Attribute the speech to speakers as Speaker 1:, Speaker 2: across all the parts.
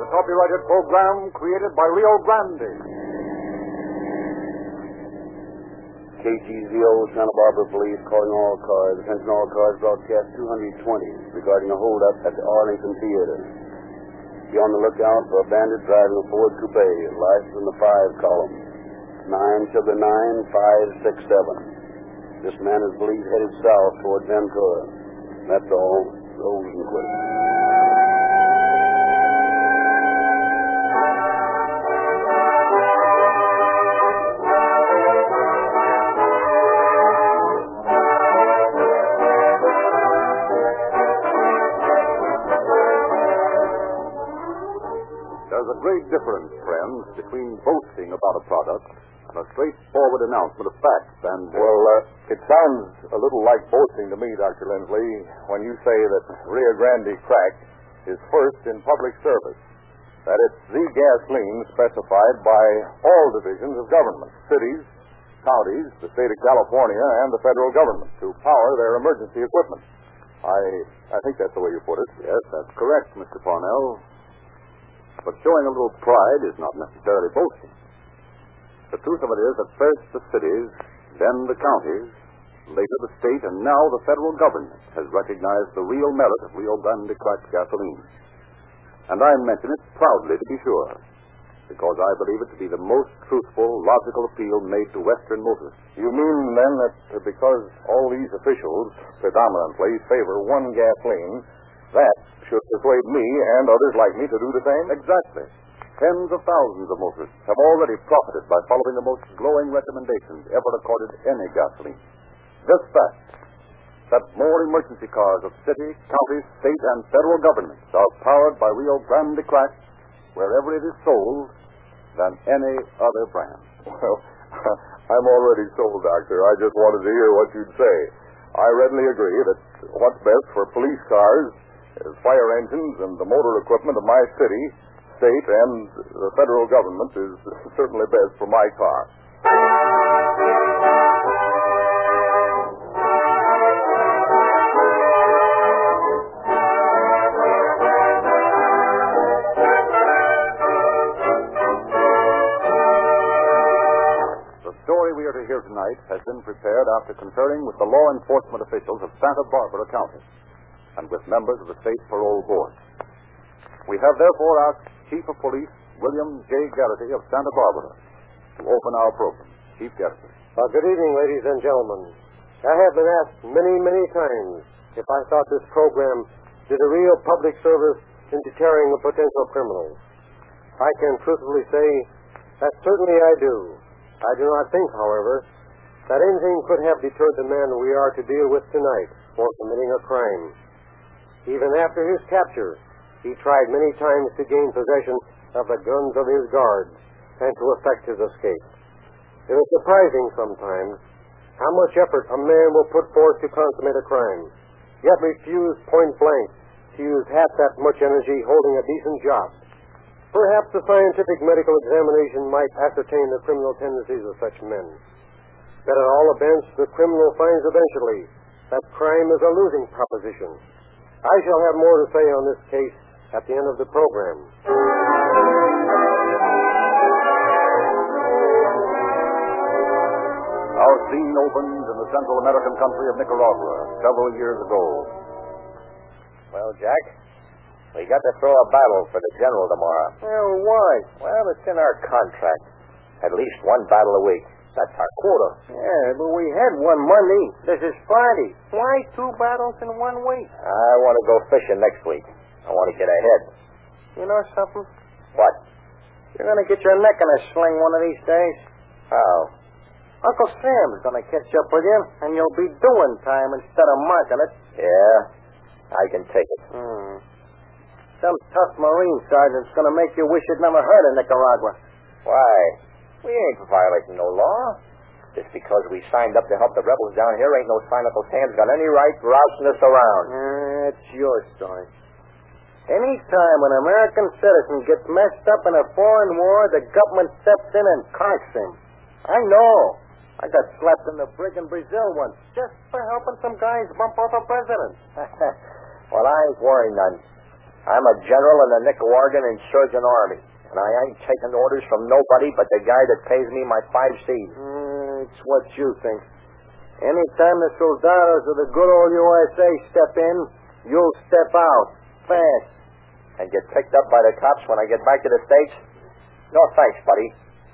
Speaker 1: copyrighted program created by Rio Grande.
Speaker 2: KGZO, Santa Barbara Police, calling all cars. Attention all cars, broadcast 220 regarding a holdup at the Arlington Theater. Be on the lookout for a bandit driving a Ford coupe, license in the five column. Nine Sugar nine five six seven. This man is believed headed south toward Ventura. That's all. Rosenquist.
Speaker 1: There's a great difference, friends, between boasting about a product and a straightforward announcement of facts and.
Speaker 3: Well, uh, it sounds a little like boasting to me, Dr. Lindsley, when you say that Rio Grande Crack is first in public service. That it's the gasoline specified by all divisions of government, cities, counties, the state of California, and the federal government to power their emergency equipment. I I think that's the way you put it.
Speaker 1: yes, that's correct, Mr. Parnell. But showing a little pride is not necessarily boasting. The truth of it is that first the cities, then the counties, later the state, and now the federal government has recognized the real merit of Rio Grande cracked gasoline. And I mention it proudly, to be sure, because I believe it to be the most truthful, logical appeal made to Western motorists.
Speaker 3: You mean then that because all these officials predominantly favor one gasoline, that should persuade me and others like me to do the same?
Speaker 1: Exactly. Tens of thousands of motorists have already profited by following the most glowing recommendations ever accorded any gasoline. This fact that more emergency cars of city, county, state, and federal governments are powered by Rio Grande Crack wherever it is sold than any other brand.
Speaker 3: Well, I'm already sold, Doctor. I just wanted to hear what you'd say. I readily agree that what's best for police cars, uh, fire engines, and the motor equipment of my city, state, and the federal government is certainly best for my car.
Speaker 1: The story we are to hear tonight has been prepared after conferring with the law enforcement officials of Santa Barbara County and with members of the State Parole Board. We have therefore asked Chief of Police William J. Garrity of Santa Barbara to open our program. Chief Garrity.
Speaker 4: Uh, good evening, ladies and gentlemen. I have been asked many, many times if I thought this program did a real public service in deterring the potential criminals. I can truthfully say that certainly I do. I do not think, however, that anything could have deterred the man we are to deal with tonight for committing a crime. Even after his capture, he tried many times to gain possession of the guns of his guards and to effect his escape. It is surprising sometimes how much effort a man will put forth to consummate a crime, yet refuse point blank to use half that much energy holding a decent job. Perhaps a scientific medical examination might ascertain the criminal tendencies of such men. But at all events, the criminal finds eventually that crime is a losing proposition. I shall have more to say on this case at the end of the program.
Speaker 1: Our scene opened in the Central American country of Nicaragua several years ago.
Speaker 2: Well, Jack, we got to throw a battle for the general tomorrow.
Speaker 4: Well, why?
Speaker 2: Well, it's in our contract. At least one battle a week. That's our quota.
Speaker 4: Yeah, but we had one Monday. This is Friday. Why two battles in one week?
Speaker 2: I want to go fishing next week. I want to get ahead.
Speaker 4: You know something?
Speaker 2: What?
Speaker 4: You're going to get your neck in a sling one of these days.
Speaker 2: How?
Speaker 4: Uncle Sam's going to catch up with you, and you'll be doing time instead of marking it.
Speaker 2: Yeah, I can take it.
Speaker 4: Hmm. Some tough Marine sergeant's going to make you wish you'd never heard of Nicaragua.
Speaker 2: Why? We ain't violating no law. Just because we signed up to help the rebels down here ain't no sign Uncle Sam's got any right rousing us around.
Speaker 4: That's your story. Any time an American citizen gets messed up in a foreign war, the government steps in and conks him. I know. I got slapped in the brig in Brazil once just for helping some guys bump off a president.
Speaker 2: well, I ain't worrying none.
Speaker 5: I'm a general in the Nicaraguan insurgent army, and I ain't taking orders from nobody but the guy that pays me my five C's.
Speaker 4: Uh, it's what you think. Anytime the soldados of the good old USA step in, you'll step out. Fast.
Speaker 5: And get picked up by the cops when I get back to the States? No thanks, buddy.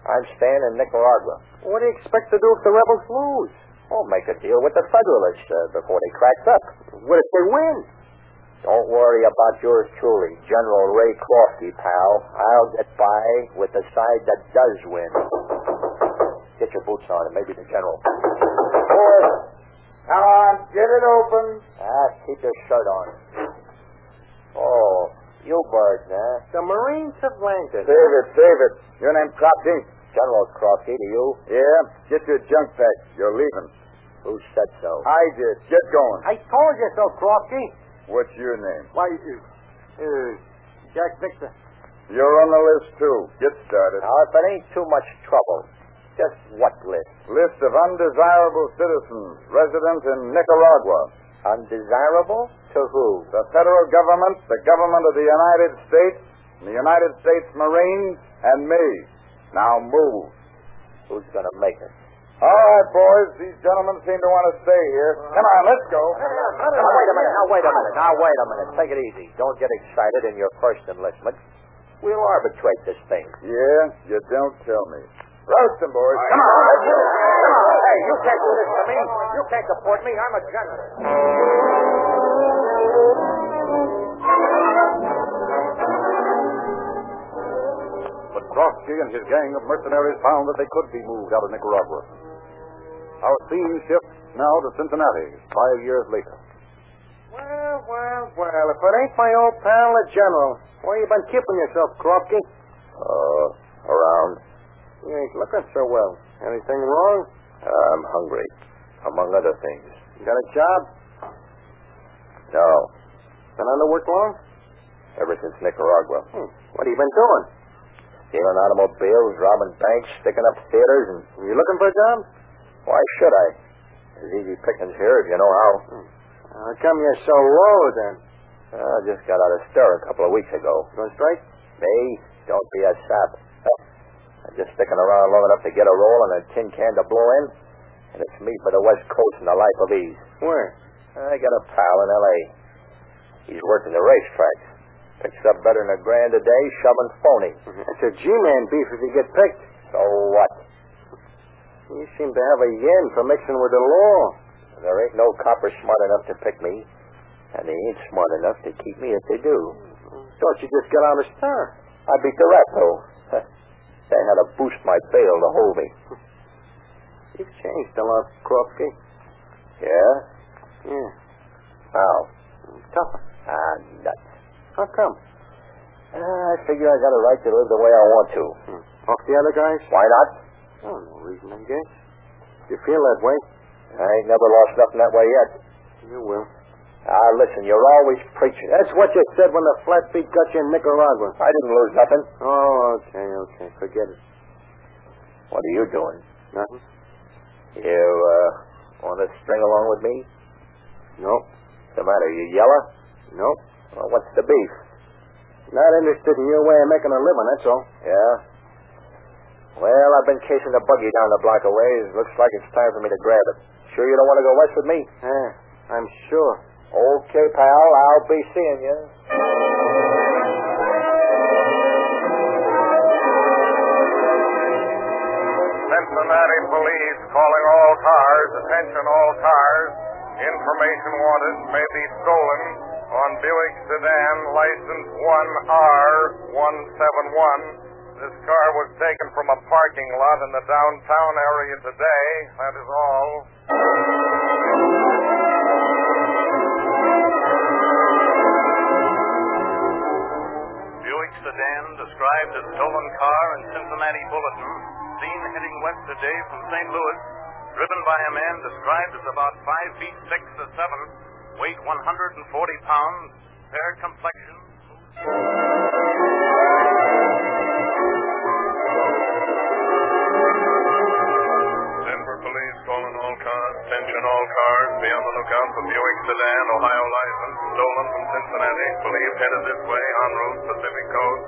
Speaker 5: I'm staying in Nicaragua.
Speaker 4: What do you expect to do if the rebels lose?
Speaker 5: I'll make a deal with the Federalists uh, before they crack up.
Speaker 4: What if they win?
Speaker 5: Don't worry about yours truly, General Ray Crofty, pal. I'll get by with the side that does win. Get your boots on, and maybe the general.
Speaker 6: Boys, come on, get it open.
Speaker 5: Ah, keep your shirt on. Oh, you birds, eh?
Speaker 4: The Marines have landed.
Speaker 3: Save it, save it. Your name Crofty?
Speaker 5: General Crofty, to you?
Speaker 3: Yeah. Get your junk packed. You're leaving.
Speaker 5: Who said so?
Speaker 3: I did. Get going.
Speaker 4: I told you so, Crofty.
Speaker 3: What's your name?
Speaker 4: Why, uh, uh, Jack Victor.
Speaker 3: You're on the list, too. Get started.
Speaker 5: Now, if it ain't too much trouble, just what list?
Speaker 3: List of undesirable citizens resident in Nicaragua.
Speaker 5: Undesirable? To who?
Speaker 3: The federal government, the government of the United States, the United States Marines, and me. Now move.
Speaker 5: Who's gonna make it?
Speaker 3: All right, boys. These gentlemen seem to want to stay here. Come on, let's go.
Speaker 5: Now, wait a minute. Now, wait a minute. Now, wait a minute. Take it easy. Don't get excited in your first enlistment. We'll arbitrate this thing.
Speaker 3: Yeah, you don't tell me. Roast them, boys. Come on.
Speaker 5: Come on. Hey, you can't do this to me. You can't deport me. I'm a general.
Speaker 3: But Krosky and his gang of mercenaries found that they could be moved out of Nicaragua. Our scene shifts now to Cincinnati, five years later.
Speaker 4: Well, well, well, if it ain't my old pal, the general. Where you been keeping yourself, Krofty?
Speaker 7: Uh, around.
Speaker 4: You ain't looking so well. Anything wrong?
Speaker 7: I'm hungry, among other things.
Speaker 4: You got a job?
Speaker 7: No,
Speaker 4: Been on the work long?
Speaker 7: ever since Nicaragua.
Speaker 4: Hmm. What have you been doing?
Speaker 7: Stealing automobiles, robbing banks, sticking up theaters, and
Speaker 4: You looking for a job?
Speaker 7: why should I? It's easy pickings here if you know how.
Speaker 4: How Uh, come you're so low then?
Speaker 7: I just got out of stir a couple of weeks ago.
Speaker 4: Going straight?
Speaker 7: Me? Don't be a sap. I'm just sticking around long enough to get a roll and a tin can to blow in, and it's me for the West Coast and the life of ease.
Speaker 4: Where?
Speaker 7: I got a pal in L.A. He's working the racetrack. Picks up better than a grand a day shoving phony.
Speaker 4: That's a G-man beef if you get picked.
Speaker 7: So what?
Speaker 4: You seem to have a yen for mixing with the law.
Speaker 7: There ain't no copper smart enough to pick me, and they ain't smart enough to keep me if they do.
Speaker 4: Don't you just get out of stir?
Speaker 7: I'd be direct, though. they had to boost my bail to hold me.
Speaker 4: You've changed a lot, Krofke.
Speaker 7: Yeah?
Speaker 4: Yeah,
Speaker 7: How?
Speaker 4: tougher.
Speaker 7: Ah, nuts.
Speaker 4: How come?
Speaker 7: Ah, I figure I got a right to live the way I want to.
Speaker 4: Hmm. Off the other guys?
Speaker 7: Why not?
Speaker 4: Oh, no reason, I guess. You feel that way?
Speaker 7: I ain't never lost nothing that way yet.
Speaker 4: You will.
Speaker 7: Ah, listen, you're always preaching.
Speaker 4: That's what you said when the flatbeat got you in Nicaragua.
Speaker 7: I didn't lose nothing.
Speaker 4: Oh, okay, okay. Forget it.
Speaker 7: What are you doing?
Speaker 4: Nothing?
Speaker 7: You, uh, want to string along with me?
Speaker 4: Nope.
Speaker 7: What's the matter? You yeller?
Speaker 4: Nope.
Speaker 7: Well, what's the beef?
Speaker 4: Not interested in your way of making a living, that's all.
Speaker 7: Yeah? Well, I've been chasing the buggy down the block a ways. Looks like it's time for me to grab it. Sure you don't want to go west with me?
Speaker 4: Yeah, Eh, I'm sure.
Speaker 7: Okay, pal. I'll be seeing you.
Speaker 8: Cincinnati police calling all cars. Attention all cars. Information wanted may be stolen on Buick sedan license 1R171. This car was taken from a parking lot in the downtown area today. That is all.
Speaker 9: Buick sedan described as stolen car in Cincinnati Bulletin. Seen heading west today from St. Louis. Driven by a man described as about 5 feet 6 or 7. Weight 140 pounds. Fair complexion.
Speaker 8: Denver police calling all cars. Attention all cars. Be on the lookout for Buick sedan, Ohio license stolen from Cincinnati, believed headed this way en route Pacific Coast.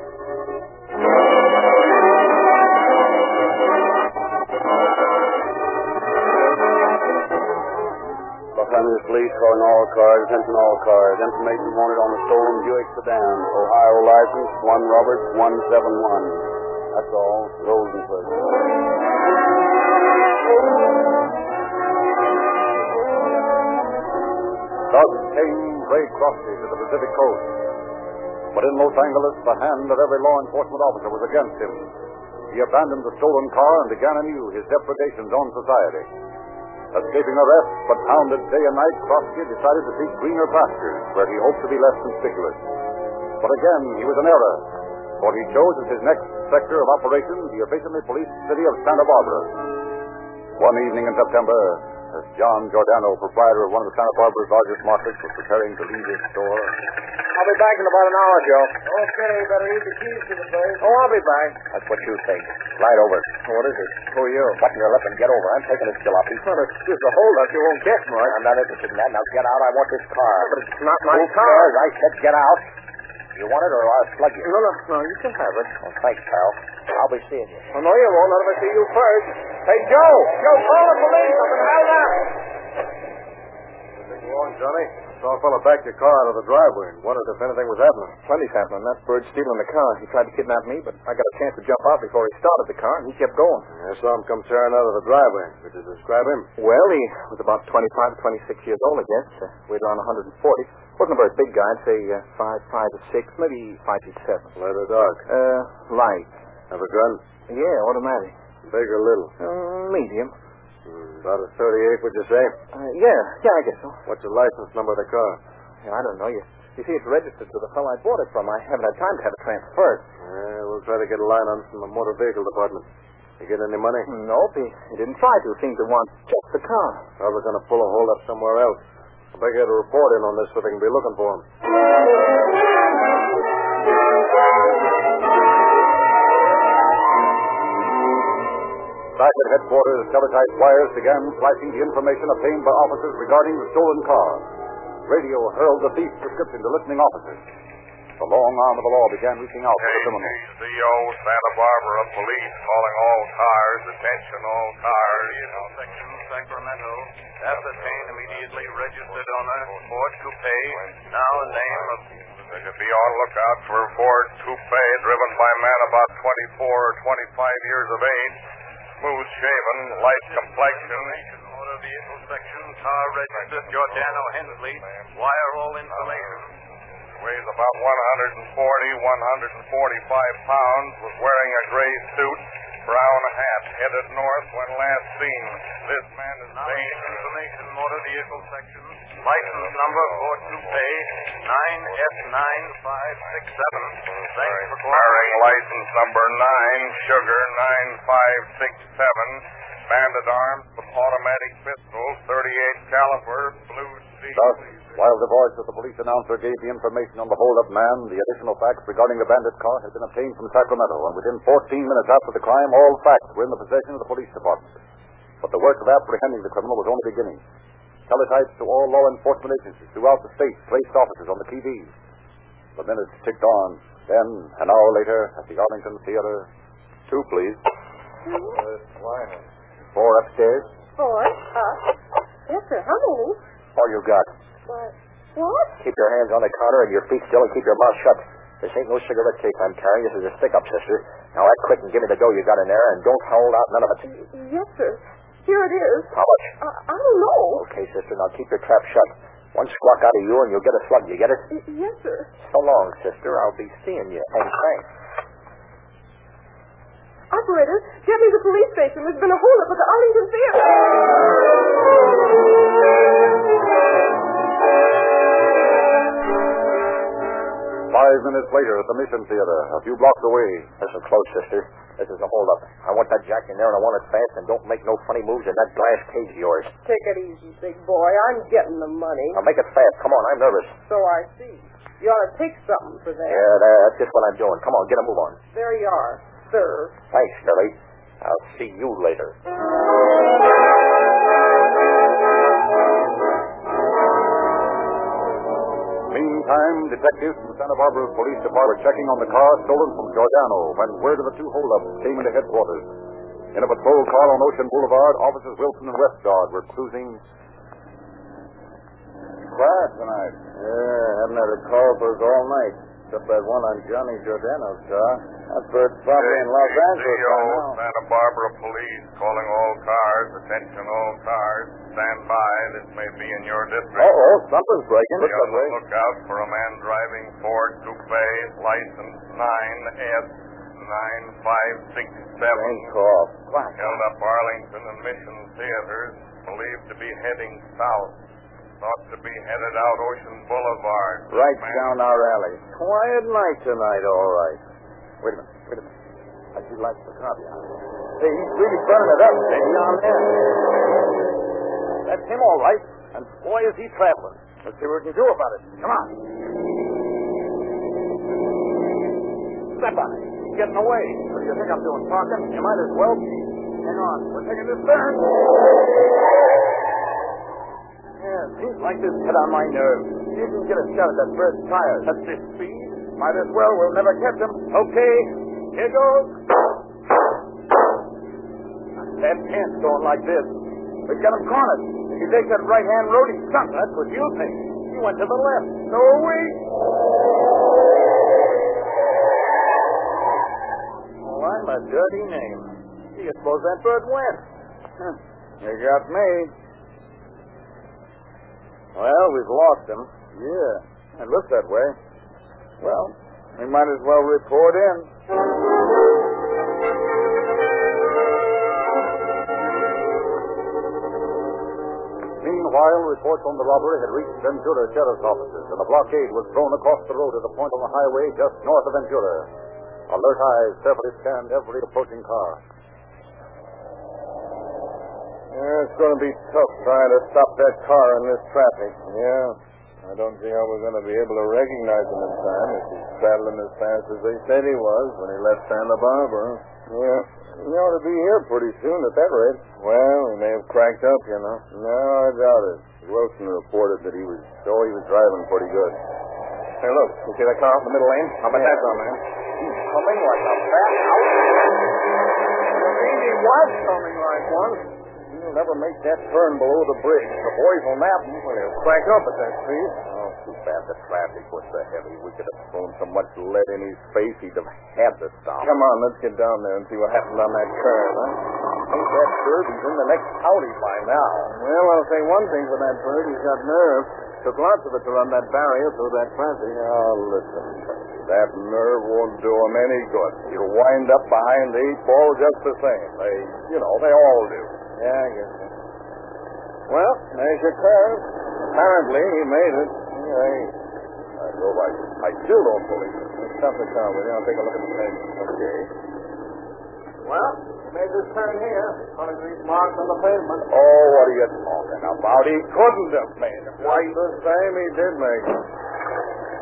Speaker 4: Los Angeles Police calling all cars, attention all cars. Information wanted on the stolen Buick sedan. Ohio license, 1 Roberts 171. That's all. Rosenquist.
Speaker 3: Thus came Ray Crosby to the Pacific coast. But in Los Angeles, the hand of every law enforcement officer was against him. He abandoned the stolen car and began anew his depredations on society. Escaping arrest, but hounded day and night, Crosby decided to seek greener pastures where he hoped to be less conspicuous. But again, he was in error, for he chose as his next sector of operations the efficiently policed city of Santa Barbara. One evening in September, as John Giordano, proprietor of one of Santa Barbara's largest markets, was preparing to leave his store.
Speaker 10: I'll be back in about an hour, Joe.
Speaker 11: Okay, better leave the keys to the place.
Speaker 10: Oh, I'll be back. Oh,
Speaker 7: That's what you think. Slide over.
Speaker 10: What is it? Who are you?
Speaker 7: Button your lip and get over. I'm taking this jalopy.
Speaker 10: Well, excuse the holdup. You won't get much.
Speaker 7: I'm not interested in that. Now get out. I want this car.
Speaker 10: But it's not my
Speaker 7: Who
Speaker 10: car.
Speaker 7: cares? I said get out. You want it or I'll slug you.
Speaker 10: No, no, no. You can have it.
Speaker 7: Well, thanks, pal. I'll be seeing you.
Speaker 10: Oh, no, you won't. Not if I see you first. Hey, Joe. Joe, call the police. I'm in hell now.
Speaker 12: Come on, Johnny. Saw a fellow back your car out of the driveway and wondered if anything was happening.
Speaker 13: Plenty's happening. That bird's stealing the car. He tried to kidnap me, but I got a chance to jump out before he started the car, and he kept going.
Speaker 12: I saw him come tearing out of the driveway. Would you describe him?
Speaker 13: Well, he was about 25, 26 years old, I guess. Uh, weighed around 140. Wasn't a very big guy. I'd say uh, five, five or six, maybe five feet seven.
Speaker 12: Light or dark?
Speaker 13: Uh, light.
Speaker 12: Have a gun?
Speaker 13: Yeah, automatic.
Speaker 12: Big or little?
Speaker 13: Uh, medium.
Speaker 4: Hmm,
Speaker 12: Mm, about a 38, would you say?
Speaker 13: Uh, yeah, yeah, I guess so.
Speaker 12: What's the license number of the car?
Speaker 13: Yeah, I don't know. You, you see, it's registered to the fellow I bought it from. I haven't had time to have it transferred.
Speaker 12: Uh, we'll try to get a line on it from the motor vehicle department. You get any money?
Speaker 13: Nope, he, he didn't try to. Seemed to want just the car.
Speaker 12: Probably going to pull a hold up somewhere else. I'll get a report in on this so they can be looking for him.
Speaker 3: Back at headquarters, teletype wires began flashing the information obtained by officers regarding the stolen car. Radio hurled the thief's description to listening officers. The long arm of the law began reaching out to the criminal.
Speaker 8: ACO Santa Barbara Police calling all cars. Attention all cars. Regional Section Sacramento. Ascertain immediately registered owner, Ford Coupe, now in name of... They should be on lookout for Ford Coupe driven by man about 24 or 25 years of age. Smooth shaven, light complexion. Motor vehicle section, car registered, Giordano Hensley. Wire all information weighs about 140, 145 pounds, was wearing a gray suit, brown hat, headed north when last seen. This man is now in information motor vehicle section. License number 428-9F9567. Thanks for Bearing license number 9, Sugar 9567. Banded arms with automatic pistol, 38 caliber, blue seat.
Speaker 3: Thus, while the voice of the police announcer gave the information on the holdup man, the additional facts regarding the bandit car had been obtained from Sacramento, and within 14 minutes after the crime, all facts were in the possession of the police department. But the work of apprehending the criminal was only beginning. Teletypes to all law enforcement agencies throughout the state placed officers on the TVs. The minutes ticked on. Then, an hour later, at the Arlington Theater, two, please. Four upstairs.
Speaker 14: Four up. Yes, sir. How many?
Speaker 7: All you got.
Speaker 14: What? What?
Speaker 7: Keep your hands on the counter and your feet still and keep your mouth shut. This ain't no cigarette case I'm carrying. This is a stick up, sister. Now act quick and give me the dough you got in there and don't hold out none of it.
Speaker 14: Y- yes, sir. Here it is.
Speaker 7: How much?
Speaker 14: Uh, I don't know.
Speaker 7: Okay, sister. Now keep your trap shut. One squawk out of you and you'll get a slug. You get it?
Speaker 14: Y- yes, sir.
Speaker 7: So long, sister. I'll be seeing you. And thanks.
Speaker 14: Operator, get me to the police station. There's been a holdup at the Arlington Theater.
Speaker 3: Five minutes later at the Mission Theater, a few blocks away.
Speaker 7: Listen close, sister. This is a holdup. I want that jack in there and I want it fast and don't make no funny moves in that glass cage of yours.
Speaker 14: Take it easy, big boy. I'm getting the money.
Speaker 7: Now make it fast. Come on, I'm nervous.
Speaker 14: So I see. You ought to take something for that.
Speaker 7: Yeah, that- that's just what I'm doing. Come on, get a move on.
Speaker 14: There you are, sir.
Speaker 7: Thanks, Billy. I'll see you later.
Speaker 15: time, detectives from the Santa Barbara Police Department were checking on the car stolen from Giordano when word of the two holdups came into headquarters. In a patrol car on Ocean Boulevard, officers Wilson and Westgard were cruising.
Speaker 16: Quiet tonight. Yeah, haven't had a call for us all night. Except that one on Johnny Giordano's car. That bird's probably in Los Angeles
Speaker 8: CEO,
Speaker 16: by now.
Speaker 8: Santa Barbara Police calling all cars. Attention all cars. Stand by. This may be in your district.
Speaker 3: Uh-oh, something's breaking.
Speaker 8: Be on the lookout for a man driving Ford Coupe, license 9S. 9567. Held up Arlington and Mission Theaters. Believed to be heading south. Thought to be headed out Ocean Boulevard.
Speaker 14: Right
Speaker 8: Man
Speaker 14: down our alley. Quiet night tonight, all right. Wait a minute, wait a minute. I do like the copy. Hey, he's really burning it up. Hey, down there. That's him, all right. And boy, is he traveling. Let's see what we can do about it. Come on. Step on it. He's getting away. What do you think I'm doing, talking? You might as well be. Hang on. We're taking this turn. Yeah, seems like this hit on my nerves. Didn't get a shot at that bird's tires. At this speed? Might as well. We'll never catch him. Okay, here goes. That pant's going like this. We got him cornered. If he takes that right-hand road, he's sunk. That's what you think. He went to the left. So we... Why, my dirty name. Do you suppose that bird went? Huh. You got me. Well, we've lost him. Yeah, it looks that way. Well, we might as well report in.
Speaker 15: Meanwhile, reports on the robbery had reached Ventura sheriff's offices, and a blockade was thrown across the road at a point on the highway just north of Ventura. Alert eyes carefully scanned every approaching car.
Speaker 3: Yeah, it's going to be tough trying to stop that car in this traffic. Yeah. I don't see how we're going to be able to recognize him in time if he's traveling as fast as they said he was when he left Santa Barbara. Yeah. He ought to be here pretty soon at that rate. Well, he may have cracked up, you know. No, I doubt it. Wilson reported that he was, oh, he was driving pretty good. Hey, look, you see that car out in the middle lane? How about that down there?
Speaker 14: He's coming like a bat out. He was coming like one.
Speaker 3: He'll never make that turn below the bridge. The boys will nab him when he'll crack up at that speed. Oh, too bad the traffic was so heavy. We could have thrown so much lead in his face he'd have had to stop. Come on, let's get down there and see what happened on that curve, huh? Ain't that bird he's in the next county by now.
Speaker 14: Well, I'll say one thing for that bird. He's got nerve. Took lots of it to run that barrier through that traffic.
Speaker 3: Now, listen. That nerve won't do him any good. He'll wind up behind the eight ball just the same. They, you know, they all do.
Speaker 14: Yeah, I guess so.
Speaker 3: Well, there's your car. Apparently, he made it. Yeah, I, I, hope I, I still don't believe it. Let's stop the car, will you? I'll take a look at the thing. Okay.
Speaker 14: Well, he made this turn here. According to these marks on the pavement.
Speaker 3: Oh, what are you talking about? He couldn't have made it. Why? The same he did make it.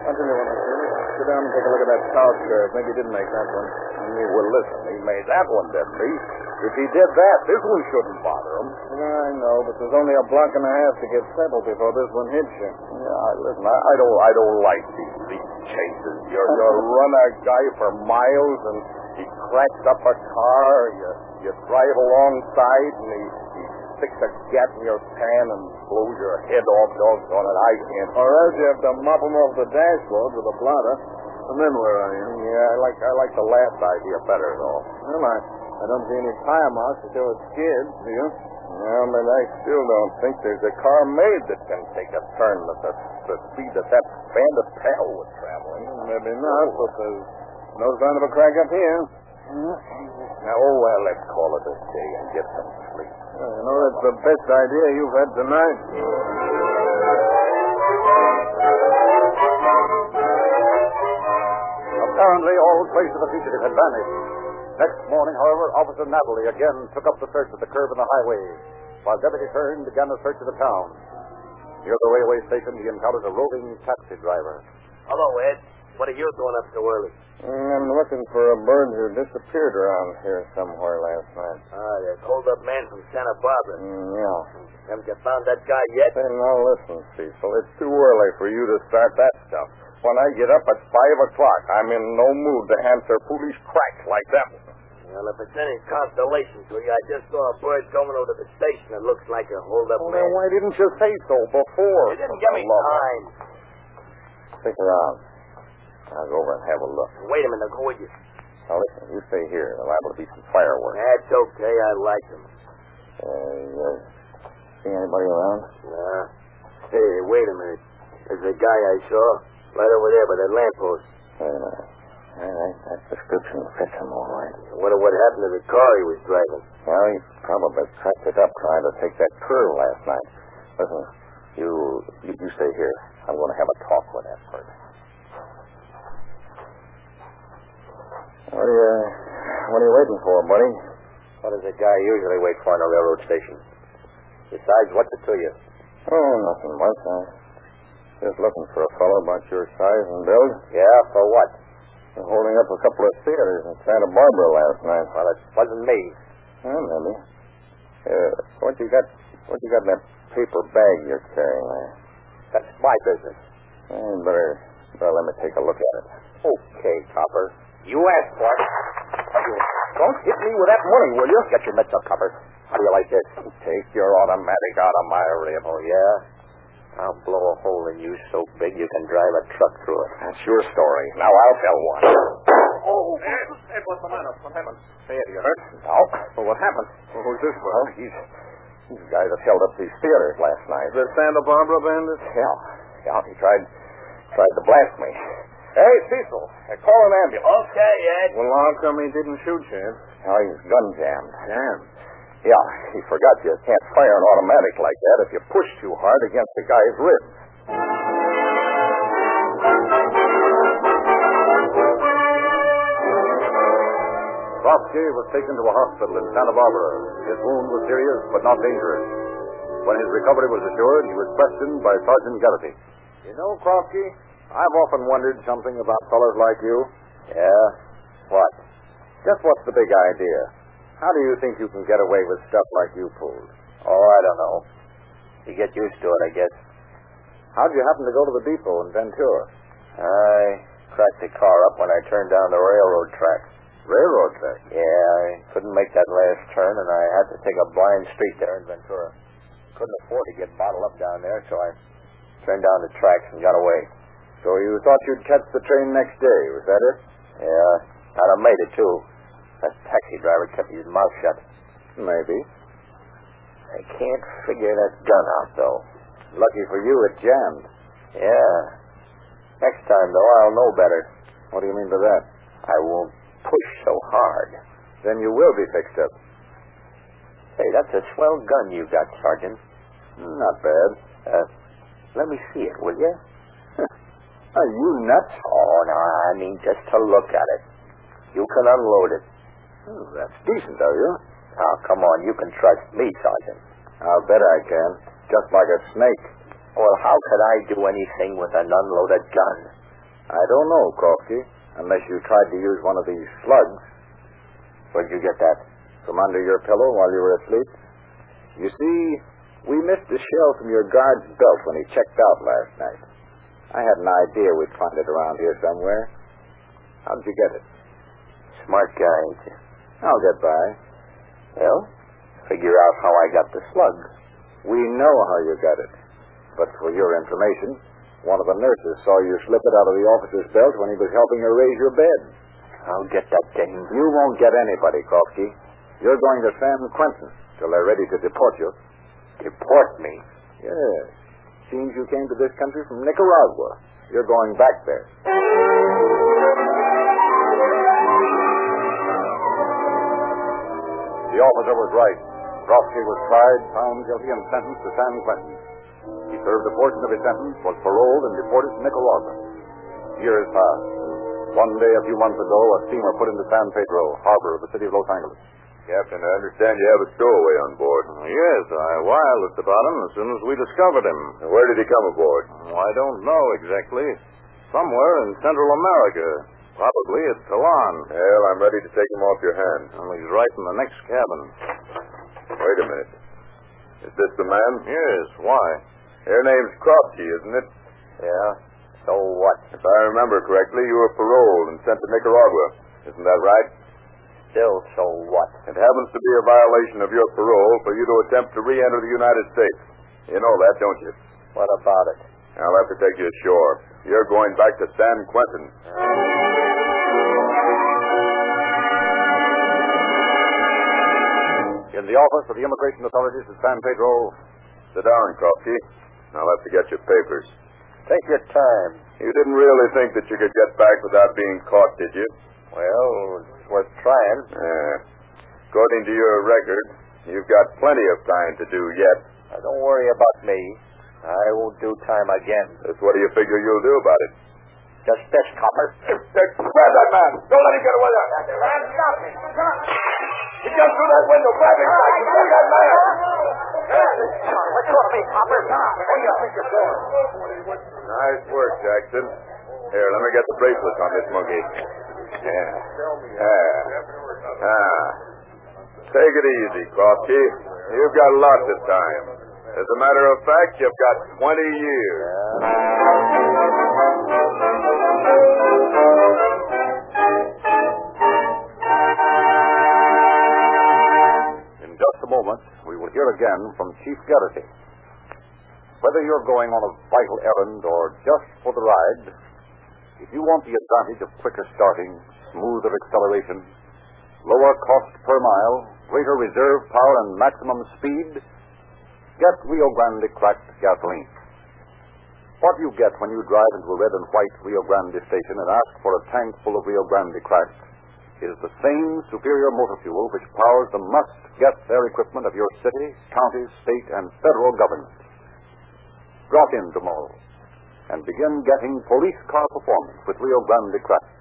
Speaker 3: I'll tell you what, Mr. Davis, Sit down and take a look at that south curve. Maybe he didn't make that one. Yeah, well, listen, he made that one, didn't he? If he did that, this one shouldn't bother him.
Speaker 14: Yeah, I know, but there's only a block and a half to get settled before this one hits you.
Speaker 3: Yeah, listen, I, I don't, I don't like these, these chases. You you run a guy for miles, and he cracks up a car. You you drive alongside, and he, he sticks a gat in your pan and blows your head off. Doggone it, I can't.
Speaker 14: Or else you have to mop him off the dashboard with a blotter, and then where are you?
Speaker 3: Yeah, I like I like the last idea better though.
Speaker 14: Well, I, I don't see any tire marks that they were skid, do you?
Speaker 3: Yeah, but I still don't think there's a car made that can take a turn at the, the speed that that bandit pal was traveling.
Speaker 14: Mm, Maybe not, but there's no sign of a crack up here.
Speaker 3: Now, oh, well, let's call it a day and get some sleep.
Speaker 14: Well, you know, that's the best idea you've had tonight.
Speaker 15: Apparently, all trace of the fugitive had vanished. Next morning, however, Officer Natalie again took up the search of the curve in the highway, while Deputy Hearn began a search of the town. Near the railway station, he encountered a roving taxi driver.
Speaker 7: Hello, Ed. What are you doing up so early?
Speaker 3: Mm, I'm looking for a bird who disappeared around here somewhere last night.
Speaker 7: Ah, that hold up man from Santa Barbara.
Speaker 3: Mm, yeah.
Speaker 7: Haven't you found that guy yet?
Speaker 3: Hey, now listen, Cecil. It's too early for you to start that stuff. When I get up at 5 o'clock, I'm in no mood to answer foolish cracks like that one.
Speaker 17: Well, if it's any consolation to you, I just saw a bird coming over to the station that looks like a holdup
Speaker 7: Oh,
Speaker 3: Well,
Speaker 17: man.
Speaker 3: then why didn't you say so before?
Speaker 17: You didn't give me
Speaker 3: Love.
Speaker 17: time.
Speaker 3: Stick around. I'll go over and have a look.
Speaker 17: Wait a minute, I'll go with you.
Speaker 3: Now, listen, you stay here. There's liable to be some fireworks.
Speaker 17: That's okay, I like them.
Speaker 3: Uh, uh, see anybody around?
Speaker 17: Nah. Hey, wait a minute. There's a guy I saw right over there by that lamppost.
Speaker 7: Wait a minute. Uh, Yeah, that, that description fits him all right.
Speaker 17: I wonder what happened to the car he was driving.
Speaker 7: Well, he probably cracked it up trying to take that curve last night. Listen, you you, you stay here. I'm going to have a talk with that person.
Speaker 3: What are you, what are you waiting for, buddy?
Speaker 7: What does a guy usually wait for in a railroad station? Besides, what's it to you?
Speaker 3: Oh, nothing much. I just looking for a fellow about your size and build.
Speaker 7: Yeah, for what?
Speaker 3: Been holding up a couple of theaters in Santa Barbara last night.
Speaker 7: Well, it wasn't me.
Speaker 3: Well, maybe. Uh, what you got? What you got in that paper bag you're carrying there?
Speaker 7: That's my business.
Speaker 3: Hey, better, better let me take a look at it.
Speaker 7: Okay, Copper. You asked for it. Don't hit me with that money, will you? Get your mitts up, Copper. How do you like this?
Speaker 3: Take your automatic out of my rib.
Speaker 7: Oh, yeah? I'll blow a hole in you so big you can drive a truck through it.
Speaker 3: That's your story. Now I'll tell one.
Speaker 8: Oh, hey, what's the matter? What happened?
Speaker 3: Hey, you hurt? No. Well, what happened? Well, who's this Well, he's, he's the guy that held up these theaters last night.
Speaker 18: The Santa Barbara bandit?
Speaker 3: Yeah. Yeah, he tried tried to blast me. Hey, Cecil, uh, call an ambulance.
Speaker 17: Okay, Ed.
Speaker 18: Well, how come he didn't shoot you? Ed?
Speaker 3: Now he's gun jammed.
Speaker 18: Damn.
Speaker 3: Yeah, he forgot you can't fire an automatic like that if you push too hard against the guy's ribs.
Speaker 1: Trotsky was taken to a hospital in Santa Barbara. His wound was serious but not dangerous. When his recovery was assured, he was questioned by Sergeant Garrity.
Speaker 3: You know, Krofke, I've often wondered something about fellows like you.
Speaker 7: Yeah? What?
Speaker 3: Just what's the big idea? How do you think you can get away with stuff like you pulled?
Speaker 7: Oh, I don't know. You get used to it, I guess.
Speaker 3: How'd you happen to go to the depot in Ventura?
Speaker 7: I cracked the car up when I turned down the railroad track.
Speaker 3: Railroad track.
Speaker 7: Yeah, I couldn't make that last turn, and I had to take a blind street there in Ventura. Couldn't afford to get bottled up down there, so I turned down the tracks and got away.
Speaker 3: So you thought you'd catch the train next day, was that it?
Speaker 7: Yeah, and I made it, too. That taxi driver kept his mouth shut.
Speaker 3: Maybe.
Speaker 7: I can't figure that gun out, though.
Speaker 3: Lucky for you, it jammed.
Speaker 7: Yeah. Next time, though, I'll know better.
Speaker 3: What do you mean by that?
Speaker 7: I won't push so hard.
Speaker 3: Then you will be fixed up.
Speaker 7: Hey, that's a swell gun you got, Sergeant.
Speaker 3: Not bad.
Speaker 7: Uh, let me see it, will you?
Speaker 3: Are you nuts?
Speaker 7: Oh, no, I mean just to look at it. You can unload it.
Speaker 3: Oh, that's decent of you.
Speaker 7: Now, come on, you can trust me, Sergeant.
Speaker 3: I'll bet I can. Just like a snake.
Speaker 7: Well, how could I do anything with an unloaded gun?
Speaker 3: I don't know, Krofke, unless you tried to use one of these slugs
Speaker 7: Where'd you get that?
Speaker 3: from under your pillow while you were asleep. You see, we missed a shell from your guard's belt when he checked out last night. I had an idea we'd find it around here somewhere. How'd you get it?
Speaker 7: Smart guy, ain't you?
Speaker 3: I'll get by.
Speaker 7: Well, figure out how I got the slug.
Speaker 3: We know how you got it. But for your information, one of the nurses saw you slip it out of the officer's belt when he was helping her raise your bed.
Speaker 7: I'll get that thing.
Speaker 3: You won't get anybody, Krofke. You're going to San Quentin till they're ready to deport you.
Speaker 7: Deport me.
Speaker 3: Yes. Seems you came to this country from Nicaragua. You're going back there.
Speaker 1: The officer was right. Trotsky was tried, found guilty, and sentenced to San Quentin. He served a portion of his sentence, was paroled, and deported to Nicaragua. Years passed. One day, a few months ago, a steamer put into San Pedro, harbor of the city of Los Angeles.
Speaker 19: Captain, I understand you have a stowaway on board.
Speaker 20: Oh, Yes, I wirelessed about him as soon as we discovered him.
Speaker 19: Where did he come aboard?
Speaker 20: Oh, I don't know exactly. Somewhere in Central America. Probably at Toulon.
Speaker 19: Well, I'm ready to take him off your hands.
Speaker 20: Well, he's right in the next cabin.
Speaker 19: Wait a minute. Is this the man?
Speaker 20: Yes, why?
Speaker 19: Your name's Krofke, isn't it?
Speaker 7: Yeah. So, uh, what?
Speaker 3: If I remember correctly, you were paroled and sent to Nicaragua. Isn't that right?
Speaker 7: Still, so what?
Speaker 3: It happens to be a violation of your parole for you to attempt to re-enter the United States. You know that, don't you?
Speaker 7: What about it?
Speaker 3: I'll have to take you ashore. You're going back to San Quentin.
Speaker 4: In the office of the immigration authorities in San Pedro.
Speaker 3: Sit down, Krofke. I'll have to get your papers.
Speaker 7: Take your time.
Speaker 3: You didn't really think that you could get back without being caught, did you?
Speaker 7: Well, it's worth trying.
Speaker 3: Yeah. According to your record, you've got plenty of time to do yet.
Speaker 7: Now, don't worry about me. I won't do time again.
Speaker 3: That's what do you figure you'll do about it?
Speaker 7: Just this, copper.
Speaker 21: Grab that man. Don't let him get away there. Man, stop him. He jumped through that window. Grab him. Grab that man.
Speaker 22: Let go of me, Copper.
Speaker 3: Nice work, Jackson. Here, let me get the bracelet on this monkey. Yeah. Yeah. Ah. Take it easy, Krofke. You've got lots of time. As a matter of fact, you've got 20 years.
Speaker 4: In just a moment, we will hear again from Chief Garrity. Whether you're going on a vital errand or just for the ride, if you want the advantage of quicker starting, smoother acceleration, lower cost per mile, greater reserve power, and maximum speed, get Rio Grande cracked gasoline. What you get when you drive into a red and white Rio Grande station and ask for a tank full of Rio Grande cracked is the same superior motor fuel which powers the must get their equipment of your city, county, state, and federal government. Drop in tomorrow and begin getting police car performance with Rio Grande cracked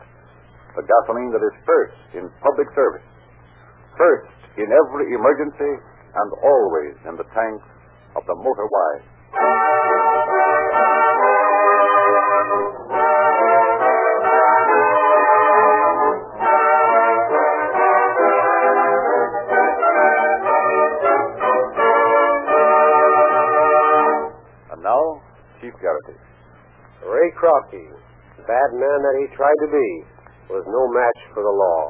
Speaker 4: the gasoline that is first in public service, first in every emergency, and always in the tanks of the motor wise. And now, Chief Garrity.
Speaker 23: Ray Crocky, bad man that he tried to be, was no match for the law.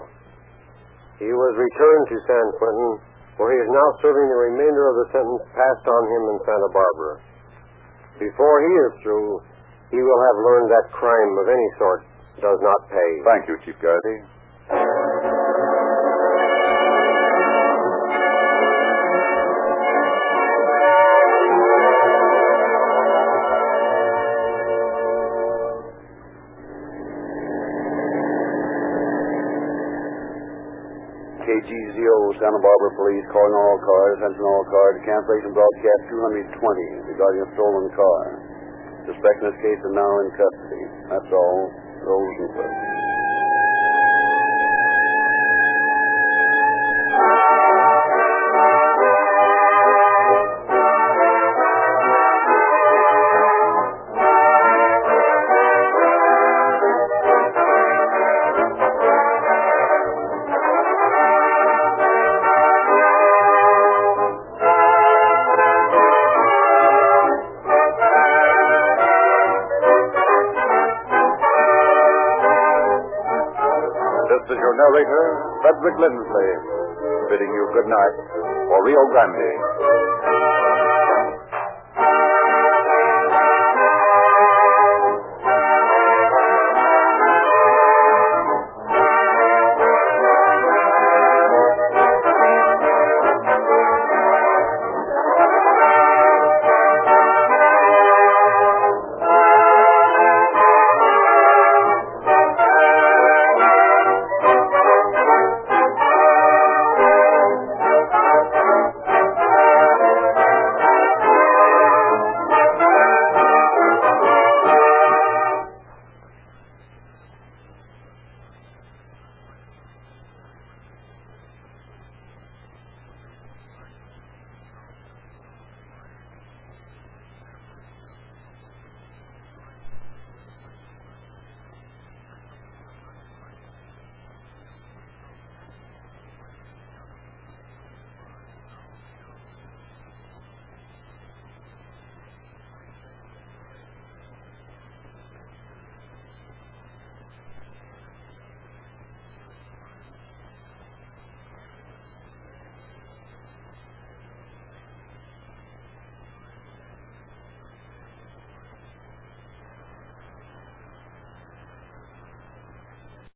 Speaker 23: He was returned to San Quentin, where he is now serving the remainder of the sentence passed on him in Santa Barbara. Before he is through, he will have learned that crime of any sort does not pay.
Speaker 4: Thank you, Chief Garrity.
Speaker 24: KGZO, Santa Barbara Police, calling all cars, attention all cars, cancellation broadcast 220 regarding a stolen car. Suspect in this case is now in custody. That's all. Rosenberg.
Speaker 4: This is your narrator, Frederick Lindsley, bidding you good night for Rio Grande.